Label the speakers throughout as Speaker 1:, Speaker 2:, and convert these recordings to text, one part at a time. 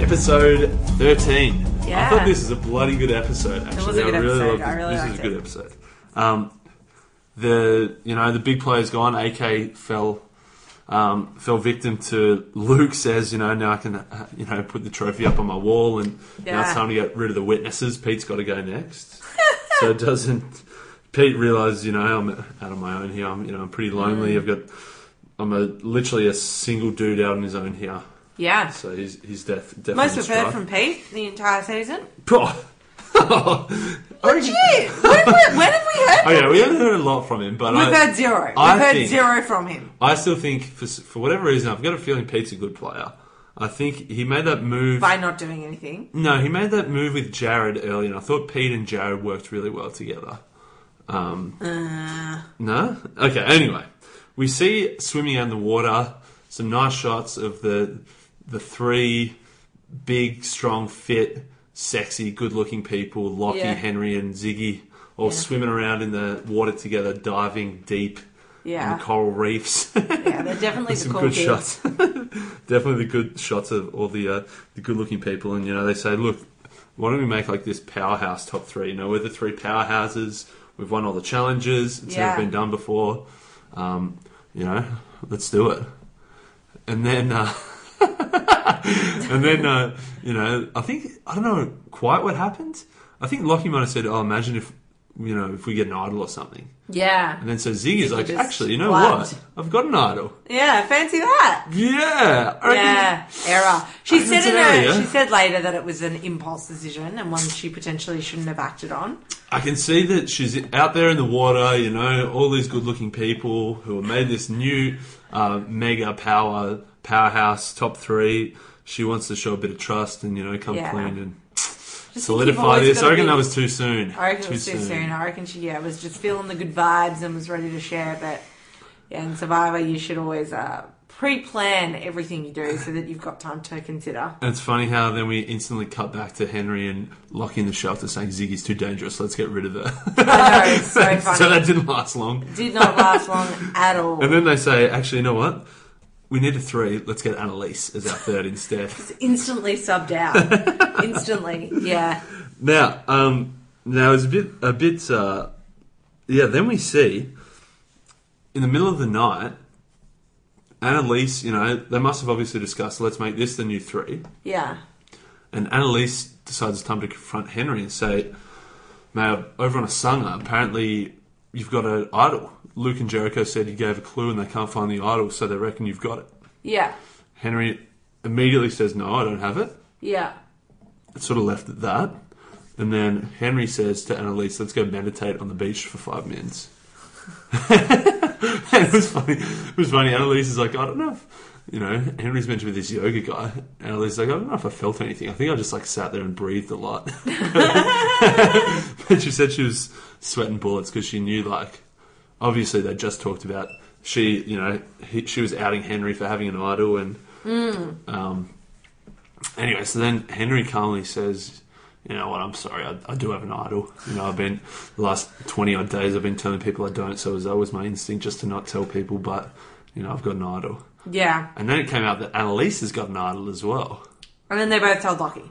Speaker 1: episode 13. I
Speaker 2: Yeah.
Speaker 1: thought this was a bloody good episode, actually.
Speaker 2: was a good
Speaker 1: I really
Speaker 2: episode.
Speaker 1: loved
Speaker 2: I really
Speaker 1: this
Speaker 2: liked
Speaker 1: is a good
Speaker 2: it.
Speaker 1: episode. Um, the you know the big player's gone. AK fell um, fell victim to Luke says you know now I can uh, you know put the trophy up on my wall and now it's
Speaker 2: Yeah.
Speaker 1: time to get rid of the witnesses. Pete's got to go next. so it doesn't Pete realizes you know I'm out on my own here. I'm you know I'm pretty
Speaker 2: Mm.
Speaker 1: lonely. I've got I'm a literally a single dude out on his own here.
Speaker 2: Yeah.
Speaker 1: So his his death definitely
Speaker 2: Most we've heard from Pete the entire season.
Speaker 1: Origin.
Speaker 2: Gee, when, have we- when have we heard?
Speaker 1: Okay, Oh, we haven't heard a lot from him, but
Speaker 2: We've
Speaker 1: I,
Speaker 2: heard zero. We've
Speaker 1: I
Speaker 2: heard
Speaker 1: think-
Speaker 2: zero from him.
Speaker 1: I still think for s- for whatever reason I've got a feeling Pete's a good player. I think he made that move.
Speaker 2: By not doing anything.
Speaker 1: No, he made that move with Jared early, and I thought Pete and Jared worked really well together. Um,
Speaker 2: Uh,
Speaker 1: No? Okay, anyway. We see swimming out in the water, some nice shots of the the three big, strong, fit, sexy, good looking people, Lockie,
Speaker 2: Yeah.
Speaker 1: Henry, and Ziggy, all swimming around in the water together, diving deep
Speaker 2: Yeah.
Speaker 1: in the coral reefs.
Speaker 2: Yeah, they're definitely the
Speaker 1: some
Speaker 2: cool
Speaker 1: good
Speaker 2: kids.
Speaker 1: shots. Definitely the good shots of all the uh, the good looking people, and you know they say, look, why don't we make like this powerhouse top three? You know, we're the three powerhouses. We've won all the challenges. It's
Speaker 2: Yeah.
Speaker 1: never been done before. Um, you know, let's do it. And then, uh, and then uh, you know, I think I don't know quite what happened. I think Lockie might have said, "Oh, imagine if you know if we get an idol or something."
Speaker 2: Yeah.
Speaker 1: And then so Ziggy's
Speaker 2: Ziggy
Speaker 1: like,
Speaker 2: just
Speaker 1: "Actually, you know
Speaker 2: blabbed.
Speaker 1: what? I've got an idol."
Speaker 2: Yeah, fancy that.
Speaker 1: Yeah. I reckon-
Speaker 2: Yeah, error. She
Speaker 1: reckon
Speaker 2: said
Speaker 1: it's
Speaker 2: in
Speaker 1: an error,
Speaker 2: her,
Speaker 1: yeah.
Speaker 2: she said later that it was an impulse decision and one she potentially shouldn't have acted on.
Speaker 1: I can see that she's out there in the water, you know, all these good looking people who have made this new uh, mega power powerhouse top three. She wants to show a bit of trust and, you know, come
Speaker 2: Yeah.
Speaker 1: clean and
Speaker 2: Just think you've
Speaker 1: solidify
Speaker 2: always
Speaker 1: this. I
Speaker 2: gotta
Speaker 1: reckon
Speaker 2: be-
Speaker 1: that was too soon.
Speaker 2: I reckon it was too soon. I reckon she yeah was just feeling the good vibes and was ready to share. But yeah, in Survivor, you should always uh, pre-plan everything you do so that you've got time to consider.
Speaker 1: And it's funny how then we instantly cut back to Henry and Lockie in the shelter saying Ziggy's too dangerous, let's get rid of her.
Speaker 2: I know, it's so funny.
Speaker 1: so that didn't last long.
Speaker 2: Did not last long at all.
Speaker 1: And then they say, actually, you know what? We need a three, let's get Annalise as our third instead.
Speaker 2: Instantly subbed out. Instantly, yeah.
Speaker 1: Now, um, now it's a bit, a bit, uh, yeah. Then we see in the middle of the night, Annalise. You know, they must have obviously discussed. Let's make this the new three.
Speaker 2: Yeah.
Speaker 1: And Annalise decides it's time to confront Henry and say, "Mate, over on a sunger, apparently you've got an idol. Luke and Jericho said you gave a clue and they can't find the idol, so they reckon you've got it."
Speaker 2: Yeah.
Speaker 1: Henry immediately says, "No, I don't have it."
Speaker 2: Yeah.
Speaker 1: It's sort of left at that. And then Henry says to Annalise, let's go meditate on the beach for five minutes. and it was funny. It was funny. Annalise is like, I don't know. If, you know, Henry's meant to be this yoga guy. Annalise is like, I don't know if I felt anything. I think I just like sat there and breathed a lot. but she said she was sweating bullets because she knew like, obviously they just talked about she, you know, he, she was outing Henry for having an idol and um, anyway, so then Henry calmly says, "You know what? I'm sorry. I, I do have an idol. You know, I've been the last twenty odd days. I've been telling people I don't. So it was always my instinct just to not tell people. But you know, I've got an idol.
Speaker 2: Yeah.
Speaker 1: And then it came out that Annalise has got an idol as well.
Speaker 2: And then they both told Lockie.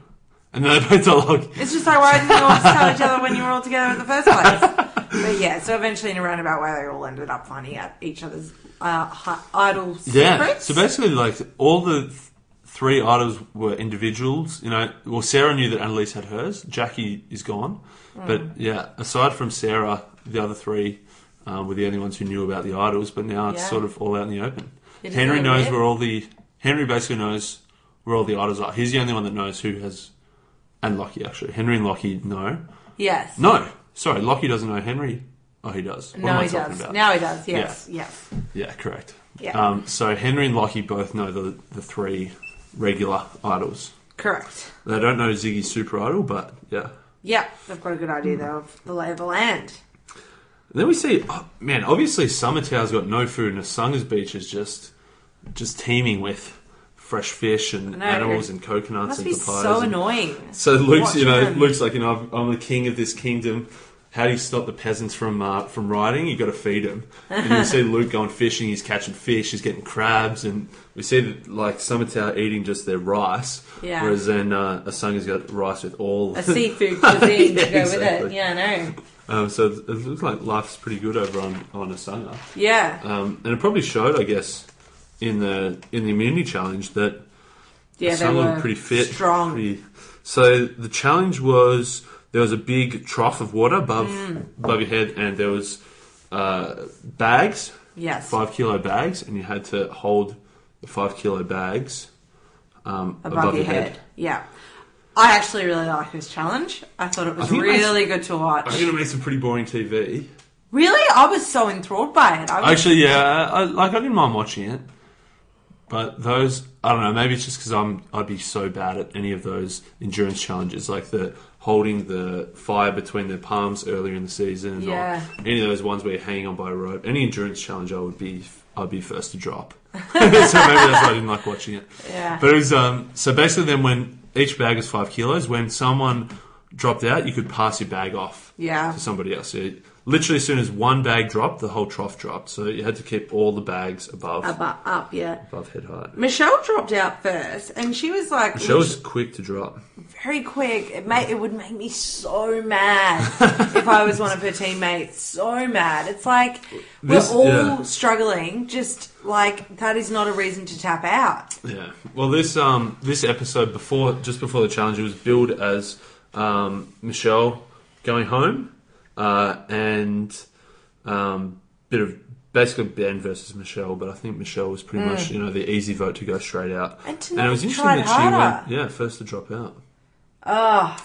Speaker 1: And then they both are like,
Speaker 2: It's just like, why didn't you all just tell each other when you were all together in the first place? But yeah, so eventually in a roundabout way, they all ended up finding out each other's uh, hi- idol
Speaker 1: yeah.
Speaker 2: secrets.
Speaker 1: So basically, like all the th- three idols were individuals. You know, well, Sarah knew that Annalise had hers. Jackie is gone,
Speaker 2: Hmm.
Speaker 1: but yeah, aside from Sarah, the other three um, were the only ones who knew about the idols. But now it's
Speaker 2: Yeah.
Speaker 1: sort of all out in the open.
Speaker 2: Isn't
Speaker 1: Henry
Speaker 2: that
Speaker 1: knows
Speaker 2: weird?
Speaker 1: where all the Henry basically knows where all the idols are. He's the only one that knows who has, and Lockie actually. Henry and Lockie know.
Speaker 2: yes.
Speaker 1: No, sorry, Lockie doesn't know Henry. Oh, he does. What am
Speaker 2: no,
Speaker 1: I
Speaker 2: he
Speaker 1: talking
Speaker 2: does.
Speaker 1: about?
Speaker 2: Now he does. Yes. Yes.
Speaker 1: Yeah, correct.
Speaker 2: Yeah.
Speaker 1: Um, so Henry and Lockie both know the the three regular idols.
Speaker 2: Correct.
Speaker 1: They don't know Ziggy's super idol, but yeah.
Speaker 2: Yeah, they've got a good idea though of the lay of the land.
Speaker 1: And then we see, oh, man, obviously Summertower's got no food, and Asanga's beach is just just teeming with fresh fish and
Speaker 2: know,
Speaker 1: animals
Speaker 2: it
Speaker 1: and coconuts
Speaker 2: must
Speaker 1: and
Speaker 2: be
Speaker 1: papayas.
Speaker 2: so
Speaker 1: and-
Speaker 2: annoying.
Speaker 1: So Luke's, you
Speaker 2: Watch
Speaker 1: know,
Speaker 2: them.
Speaker 1: Luke's like, you know, I'm the king of this kingdom. How do you stop the peasants from uh, from riding? You got to feed them. And you see Luke going fishing. He's catching fish. He's getting crabs, and we see that, like Summertower eating just their rice.
Speaker 2: Yeah.
Speaker 1: Whereas then uh, Asanga's got rice with all
Speaker 2: A seafood cuisine
Speaker 1: Yeah,
Speaker 2: to go with it.
Speaker 1: exactly.
Speaker 2: Yeah, I know.
Speaker 1: Um, so it it looks like life's pretty good over on on Asanga.
Speaker 2: Yeah,
Speaker 1: Um, and it probably showed, I guess, in the in the immunity challenge that
Speaker 2: yeah, they
Speaker 1: some of
Speaker 2: were
Speaker 1: them pretty fit,
Speaker 2: strong.
Speaker 1: pretty- So the challenge was there was a big trough of water above
Speaker 2: Mm.
Speaker 1: above your head, and there was uh, bags,
Speaker 2: yes,
Speaker 1: five kilo bags, and you had to hold the five kilo bags um,
Speaker 2: above, your head. Yeah, I actually really like this challenge. I thought it
Speaker 1: I
Speaker 2: was
Speaker 1: think it makes-
Speaker 2: really good to watch.
Speaker 1: I'm going to make some pretty boring TV.
Speaker 2: Really, I was so enthralled by it. I was,
Speaker 1: Actually, yeah, I, I- like I didn't mind watching it, but those I don't know. Maybe it's just because I'm I'd be so bad at any of those endurance challenges, like the holding the fire between their palms earlier in the season,
Speaker 2: Yeah.
Speaker 1: or any of those ones where you're hanging on by a rope. Any endurance challenge, I would be I'd be first to drop. so maybe that's why I didn't like watching it.
Speaker 2: yeah,
Speaker 1: But it was um so basically then when each bag is five kilos, when someone dropped out, you could pass your bag off
Speaker 2: yeah,
Speaker 1: to somebody else. So literally, as soon as one bag dropped, the whole trough dropped. So you had to keep all the bags above
Speaker 2: up, up, up, yeah.
Speaker 1: above head height.
Speaker 2: Michelle dropped out first, and she was like,
Speaker 1: She was quick to drop.
Speaker 2: very quick. It made it would make me so mad if I was one of her teammates. So mad. It's like
Speaker 1: This-
Speaker 2: we're all
Speaker 1: yeah.
Speaker 2: struggling. Just like that is not a reason to tap out.
Speaker 1: Yeah. Well, this um this episode before just before the challenge it was billed as um, Michelle going home uh, and um bit of basically Ben versus Michelle, but I think Michelle was pretty much you know the easy vote to go straight out.
Speaker 2: Mm. And to
Speaker 1: And
Speaker 2: not
Speaker 1: it was
Speaker 2: have
Speaker 1: interesting
Speaker 2: tried
Speaker 1: that
Speaker 2: harder.
Speaker 1: she went yeah first to drop out.
Speaker 2: I,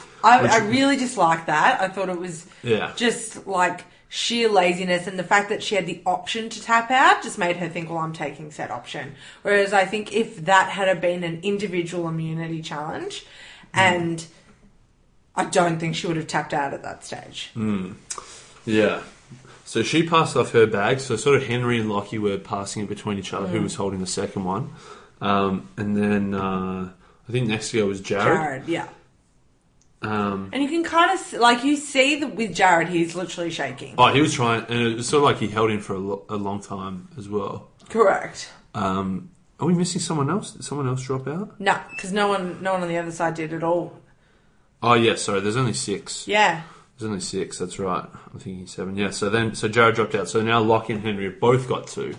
Speaker 1: Which-
Speaker 2: I really disliked that. I thought it was
Speaker 1: Yeah.
Speaker 2: just like sheer laziness and the fact that she had the option to tap out just made her think, well, I'm taking said option. Whereas I think if that had been an individual immunity challenge
Speaker 1: Hmm.
Speaker 2: and I don't think she would have tapped out at that stage.
Speaker 1: Yeah. So she passed off her bag. So sort of Henry and Lockie were passing it between each other. Who was holding the second one? Um, and then uh, I think next to go was Jared.
Speaker 2: Jared, yeah.
Speaker 1: Um,
Speaker 2: And you can kind of like you see that with Jared, he's literally shaking.
Speaker 1: oh, he was trying, and it was sort of like he held in for a, lo- a long time as well.
Speaker 2: Correct.
Speaker 1: Um, are we missing someone else? Did someone else drop out?
Speaker 2: No, because no one, no one on the other side did at all.
Speaker 1: Oh yeah, sorry. There's only six.
Speaker 2: Yeah,
Speaker 1: There's only six. That's right. I'm thinking seven. Yeah. So then, so Jared dropped out. So now Lockie and Henry have both got two,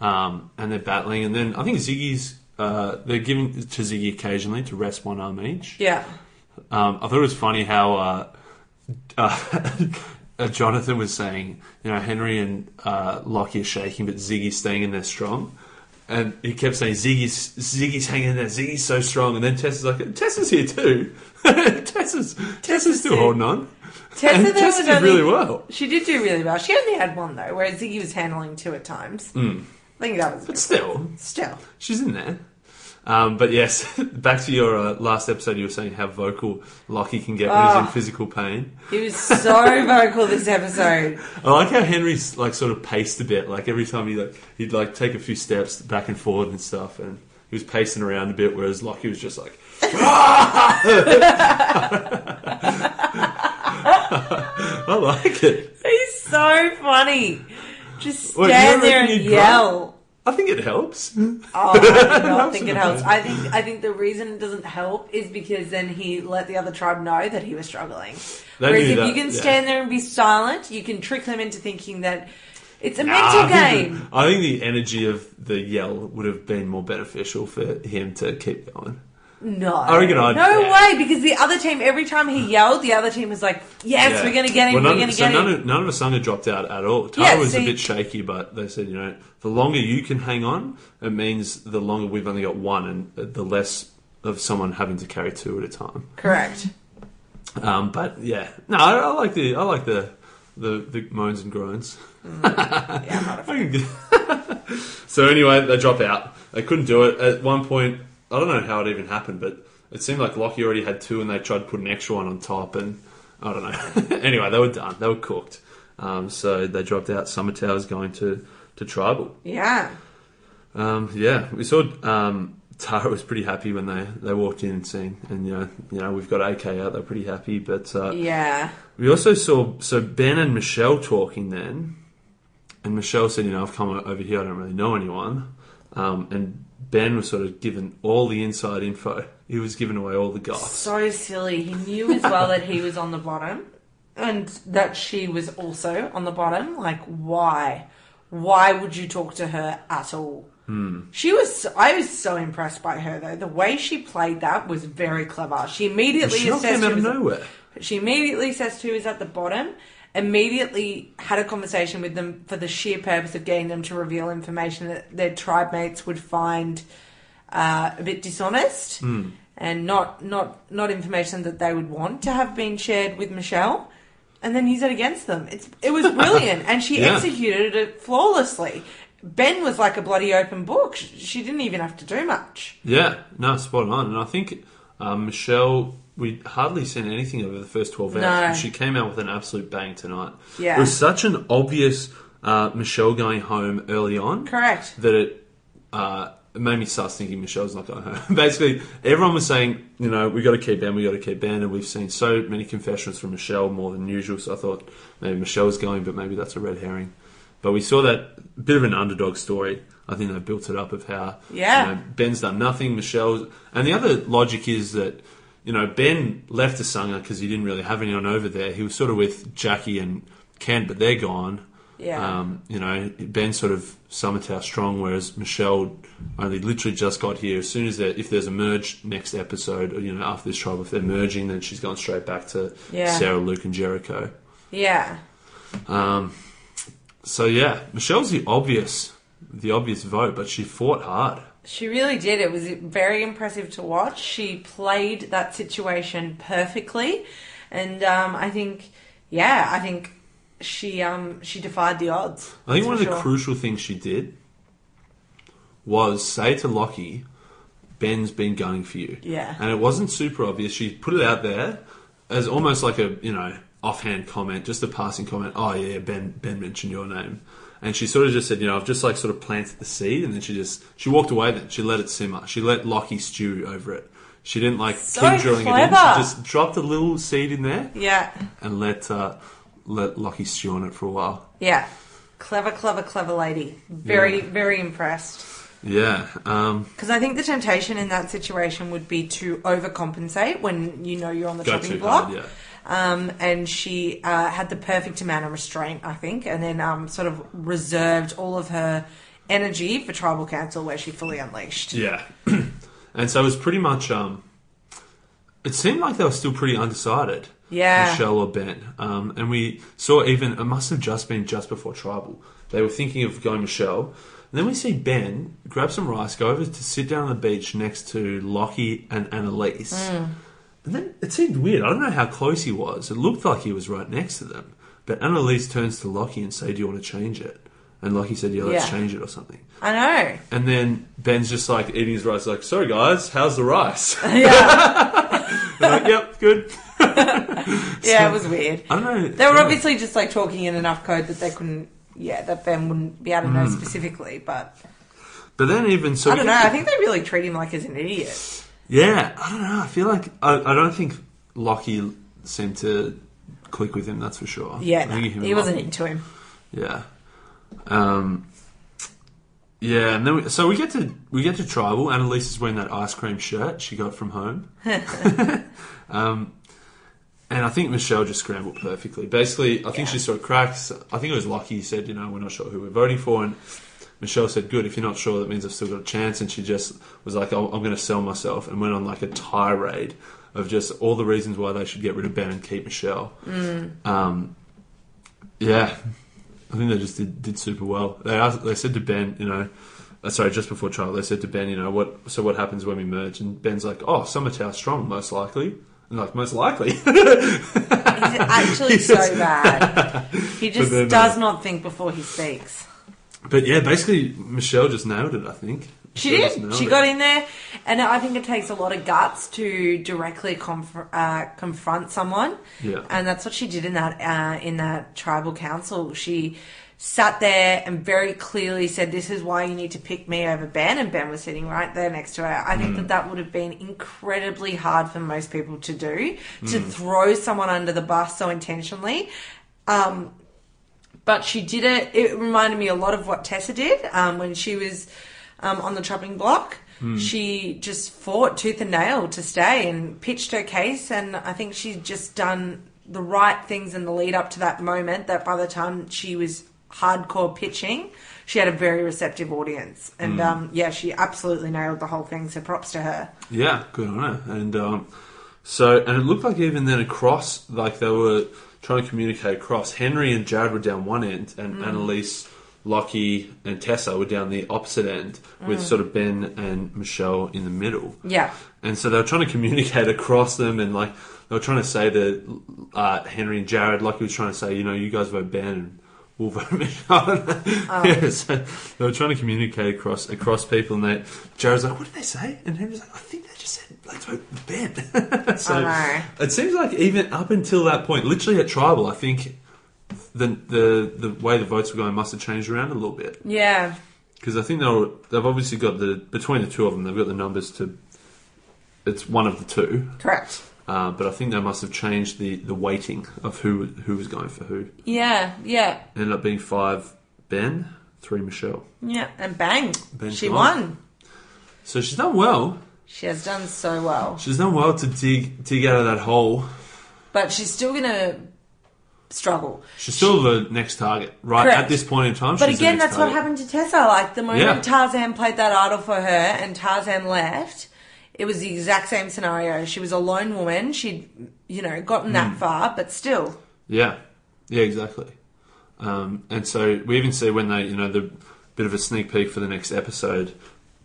Speaker 1: um, and they're battling. And then I think Ziggy's. Uh, they're giving to Ziggy occasionally to rest one arm each.
Speaker 2: yeah,
Speaker 1: Um, I thought it was funny how uh, uh, uh, Jonathan was saying, you know, Henry and uh, Lockie are shaking, but Ziggy's staying in there strong. And he kept saying, Ziggy's, Ziggy's hanging in there, Ziggy's so strong. And then Tessa's like, Tessa's here too. Tessa's, Tessa's still
Speaker 2: here.
Speaker 1: holding on.
Speaker 2: Tessa,
Speaker 1: and
Speaker 2: though,
Speaker 1: Tessa
Speaker 2: was
Speaker 1: did
Speaker 2: only-
Speaker 1: really well.
Speaker 2: she did do really well. She only had one though, whereas Ziggy was handling two at times.
Speaker 1: Hmm.
Speaker 2: I think that was
Speaker 1: But still,
Speaker 2: still.
Speaker 1: she's in there. Um, but yes, back to your uh, last episode, you were saying how vocal Lockie can get when he's in
Speaker 2: Ah.
Speaker 1: physical pain.
Speaker 2: He was so vocal this episode.
Speaker 1: I like how Henry's like sort of paced a bit. Like every time he like he'd like take a few steps back and forward and stuff, and he was pacing around a bit. Whereas Lockie was just like, "Ah!" I like it.
Speaker 2: He's so funny. Just
Speaker 1: Wait, do you
Speaker 2: stand there
Speaker 1: reckon
Speaker 2: and
Speaker 1: you'd cry?
Speaker 2: yell.
Speaker 1: I think it helps.
Speaker 2: Oh, I do not think it helps. I think I think the reason it doesn't help is because then he let the other tribe know that he was struggling.
Speaker 1: They
Speaker 2: Whereas
Speaker 1: knew
Speaker 2: if
Speaker 1: that,
Speaker 2: you can
Speaker 1: yeah.
Speaker 2: stand there and be silent, you can trick them into thinking that it's a
Speaker 1: Nah,
Speaker 2: mental
Speaker 1: I think
Speaker 2: game.
Speaker 1: the- I think the energy of the yell would have been more beneficial for him to keep going.
Speaker 2: No,
Speaker 1: I reckon I'd-
Speaker 2: no
Speaker 1: yeah.
Speaker 2: way. Because the other team, every time he yelled, the other team was like, "Yes,
Speaker 1: Yeah.
Speaker 2: we're going to get him.
Speaker 1: Well, none,
Speaker 2: we're going to
Speaker 1: so
Speaker 2: get
Speaker 1: none
Speaker 2: him."
Speaker 1: Of, none of Asanga dropped out at all. Tara
Speaker 2: Yeah,
Speaker 1: was
Speaker 2: see-
Speaker 1: a bit shaky, but they said, you know, the longer you can hang on, it means the longer we've only got one, and the less of someone having to carry two at a time.
Speaker 2: Correct.
Speaker 1: Um, but yeah, no, I, I like the I like the the, the moans and groans.
Speaker 2: Yeah, I'm not a-
Speaker 1: so anyway, they drop out. They couldn't do it at one point. I don't know how it even happened, but it seemed like Lockie already had two, and they tried to put an extra one on top, and I don't know. anyway, they were done. They were cooked. Um, so they dropped out. Summer Tower's going to to tribal.
Speaker 2: yeah.
Speaker 1: Um, yeah, we saw um, Tara was pretty happy when they, they walked in and seen, and you know, you know, we've got AK out. They're pretty happy, but uh,
Speaker 2: Yeah.
Speaker 1: we also saw so Ben and Michelle talking then, and Michelle said, "You know, I've come o- over here. I don't really know anyone." Um, and Ben was sort of given all the inside info. He was giving away all the goss.
Speaker 2: So silly. He knew as well that he was on the bottom and that she was also on the bottom. Like, why? Why would you talk to her at all?
Speaker 1: Hmm.
Speaker 2: She was. so- I was so impressed by her though. The way she played that was very clever. She immediately
Speaker 1: Michelle
Speaker 2: assessed
Speaker 1: came out
Speaker 2: who
Speaker 1: of
Speaker 2: was-
Speaker 1: nowhere.
Speaker 2: She immediately says who is at the bottom, immediately had a conversation with them for the sheer purpose of getting them to reveal information that their tribe mates would find uh, a bit dishonest and not, not, not information that they would want to have been shared with Michelle. And then use it against them. It's, it was brilliant, and she
Speaker 1: Yeah.
Speaker 2: executed it flawlessly. Ben was like a bloody open book. She, she didn't even have to do much.
Speaker 1: Yeah, no, spot on. And I think um, Michelle, we hardly seen anything over the first 12 hours.
Speaker 2: No.
Speaker 1: and She came out with an absolute bang tonight.
Speaker 2: Yeah.
Speaker 1: It was such an obvious uh, Michelle going home early on.
Speaker 2: Correct.
Speaker 1: That it, uh, it made me start thinking Michelle's not going home. Basically, everyone was saying, you know, we got to keep Ben, we got to keep Ben. And we've seen so many confessions from Michelle, more than usual. So I thought maybe Michelle's going, but maybe that's a red herring. But we saw that bit of an underdog story. I think they built it up of how
Speaker 2: Yeah.
Speaker 1: you know, Ben's done nothing. Michelle's, and the other logic is that you know Ben left Asanga because he didn't really have anyone over there. He was sort of with Jackie and Ken, but they're gone.
Speaker 2: Yeah.
Speaker 1: Um, you know, Ben sort of Summertown strong, whereas Michelle only literally just got here. As soon as there, if there's a merge next episode, or, you know, after this tribe, if they're merging, then she's gone straight back to
Speaker 2: Yeah.
Speaker 1: Sarah, Luke, and Jericho.
Speaker 2: Yeah.
Speaker 1: Um, so yeah, Michelle's the obvious, the obvious vote, but she fought hard.
Speaker 2: She really did. It was very impressive to watch. She played that situation perfectly, and um, I think, yeah, I think she um, she defied the odds.
Speaker 1: I think
Speaker 2: that's
Speaker 1: one of
Speaker 2: for
Speaker 1: the
Speaker 2: sure.
Speaker 1: crucial things she did was say to Lockie, Ben's been gunning for you.
Speaker 2: Yeah.
Speaker 1: And it wasn't super obvious. She put it out there as almost like a, you know, offhand comment, just a passing comment. Oh yeah, Ben Ben mentioned your name. And she sort of just said, you know, I've just like sort of planted the seed and then she just she walked away then. She let it simmer. She let Lockie stew over it. She didn't like
Speaker 2: So
Speaker 1: keep drilling it in. She
Speaker 2: clever.
Speaker 1: just dropped a little seed in there
Speaker 2: yeah,
Speaker 1: and let uh let Lockie stew on it for a while.
Speaker 2: yeah, clever, clever, clever lady. Very, very impressed.
Speaker 1: Yeah. Um
Speaker 2: Because I think the temptation in that situation would be to overcompensate when you know you're on the
Speaker 1: go
Speaker 2: chopping
Speaker 1: too
Speaker 2: block.
Speaker 1: hard, yeah.
Speaker 2: um, and she uh, had the perfect amount of restraint, I think, and then um, sort of reserved all of her energy for Tribal Council, where she fully unleashed.
Speaker 1: Yeah. and so it was pretty much um it seemed like they were still pretty undecided.
Speaker 2: Yeah.
Speaker 1: Michelle or Ben. Um, and we saw even it must have just been just before tribal. They were thinking of going Michelle. And then we see Ben grab some rice, go over to sit down on the beach next to Lockie and Annalise.
Speaker 2: Hmm.
Speaker 1: And then it seemed weird. I don't know how close he was. It looked like he was right next to them. But Annalise turns to Lockie and say, Do you want to change it? And Lockie said, Yeah, let's
Speaker 2: Yeah.
Speaker 1: change it or something.
Speaker 2: I know.
Speaker 1: And then Ben's just like eating his rice, like, "Sorry guys, how's the rice?"
Speaker 2: Yeah,
Speaker 1: They're like, yep, good.
Speaker 2: yeah, it was weird.
Speaker 1: I don't
Speaker 2: They
Speaker 1: know.
Speaker 2: were obviously just like talking in enough code that they couldn't. Yeah, that Ben wouldn't be able to know specifically, but
Speaker 1: But then even Hmm. so,
Speaker 2: I don't know. I think they really treat him like he's an idiot.
Speaker 1: yeah, I don't know. I feel like I, I don't think Lockie seemed to click with him. That's for sure.
Speaker 2: Yeah,
Speaker 1: I
Speaker 2: no,
Speaker 1: think hit him
Speaker 2: he
Speaker 1: up.
Speaker 2: wasn't into him.
Speaker 1: Yeah. Um, yeah, and then we, so we get to we get to tribal. Annalise is wearing that ice cream shirt she got from home. um, and I think Michelle just scrambled perfectly. Basically, I think she saw cracks. I think it was Lucky who said, you know, we're not sure who we're voting for, and Michelle said, "Good, if you're not sure, that means I've still got a chance." And she just was like, "Oh, "I'm going to sell myself," and went on like a tirade of just all the reasons why they should get rid of Ben and keep Michelle. Um, yeah, I think they just did, did super well. They asked, they said to Ben, you know, uh, sorry, just before trial, they said to Ben, you know, what? So what happens when we merge? And Ben's like, "Oh, Summer Tower strong, most likely." And like most likely,
Speaker 2: He's actually so bad. He just
Speaker 1: then, uh,
Speaker 2: does not think before he speaks.
Speaker 1: But yeah, basically Michelle just nailed it. I think
Speaker 2: She
Speaker 1: She just
Speaker 2: did.
Speaker 1: nailed
Speaker 2: She
Speaker 1: it.
Speaker 2: got in there, and I think it takes a lot of guts to directly conf- uh, confront someone.
Speaker 1: Yeah.
Speaker 2: and that's what she did in that uh, in that tribal council. She sat there and very clearly said, "This is why you need to pick me over Ben." And Ben was sitting right there next to her. I think
Speaker 1: Mm.
Speaker 2: that that would have been incredibly hard for most people to do to
Speaker 1: Mm.
Speaker 2: throw someone under the bus so intentionally. Um, but she did it. It reminded me a lot of what Tessa did um, when she was um, on the chopping block. She just fought tooth and nail to stay and pitched her case, and I think she's just done the right things in the lead up to that moment. That by the time she was hardcore pitching, she had a very receptive audience, and um, yeah, she absolutely nailed the whole thing. So props to her.
Speaker 1: Yeah, good on her. And um, so, and it looked like even then across, like they were trying to communicate across. Henry and Jared were down one end, and
Speaker 2: Mm.
Speaker 1: Annalise, Lockie, and Tessa were down the opposite end, with sort of Ben and Michelle in the middle.
Speaker 2: Mm. Yeah,
Speaker 1: And so they were trying to communicate across them, and like they were trying to say to uh, Henry and Jared, like he was trying to say, you know, you guys vote Ben and we'll vote Michelle. yeah, so they were trying to communicate across across people, and they Jared's like, what did they say? And Henry's like, I think they just said let's vote Ben. so
Speaker 2: I know.
Speaker 1: it seems like even up until that point, literally at tribal, I think the the the way the votes were going must have changed around a little bit
Speaker 2: Yeah,
Speaker 1: because I think they'll they've obviously got the between the two of them they've got the numbers to it's one of the two,
Speaker 2: correct.
Speaker 1: uh, but I think they must have changed the the weighting of who who was going for who.
Speaker 2: Yeah, yeah,
Speaker 1: Ended up being five Ben, three Michelle.
Speaker 2: yeah, and bang,
Speaker 1: Ben's
Speaker 2: she
Speaker 1: gone.
Speaker 2: won.
Speaker 1: So she's done well.
Speaker 2: She has done so well.
Speaker 1: She's done well to dig dig out of that hole.
Speaker 2: but she's still gonna struggle.
Speaker 1: She's still the next target, right? At
Speaker 2: Correct.
Speaker 1: this point in time,
Speaker 2: But
Speaker 1: she's the
Speaker 2: again,
Speaker 1: next
Speaker 2: that's what
Speaker 1: target.
Speaker 2: happened to Tessa. Like the moment
Speaker 1: Yeah.
Speaker 2: Tarzan played that idol for her and Tarzan left, it was the exact same scenario. She was a lone woman. She'd you know gotten
Speaker 1: Hmm.
Speaker 2: that far, but still,
Speaker 1: Yeah, yeah, exactly. Um, and so we even see when they, you know, the bit of a sneak peek for the next episode,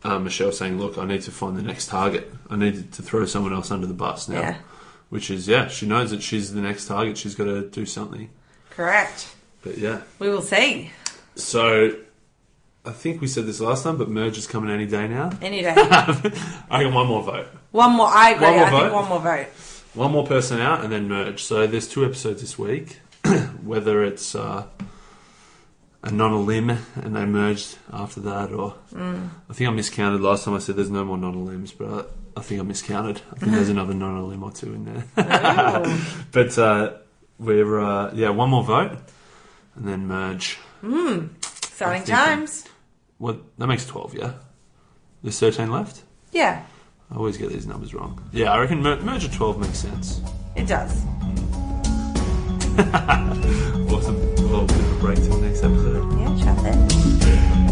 Speaker 1: uh, Michelle saying, "Look, I need to find the next target. I need to throw someone else under the bus now."
Speaker 2: Yeah.
Speaker 1: Which is, yeah, she knows that she's the next target. She's got to do something.
Speaker 2: correct.
Speaker 1: But yeah,
Speaker 2: We will see
Speaker 1: so I think we said this last time, but merge is coming any day now.
Speaker 2: any day.
Speaker 1: I got one more vote,
Speaker 2: one more. I agree.
Speaker 1: One more
Speaker 2: I think
Speaker 1: vote?
Speaker 2: one more vote.
Speaker 1: one more person out, and then merge. So there's two episodes this week. Whether it's uh, a non a limb and they merged after that, or I think I miscounted last time I said there's no more non a limbs, but I, I think I miscounted. I think there's another non a limb or two in there.
Speaker 2: Oh.
Speaker 1: but uh, we're uh, yeah, one more vote and then merge. I'm
Speaker 2: Exciting
Speaker 1: thinking.
Speaker 2: times.
Speaker 1: What that makes twelve, yeah. There's thirteen left.
Speaker 2: Yeah,
Speaker 1: I always get these numbers wrong. Yeah, I reckon mer- merge of twelve makes sense.
Speaker 2: it does.
Speaker 1: Awesome. Well, we'll break till next episode.
Speaker 2: Yeah, chat then.
Speaker 1: Yeah.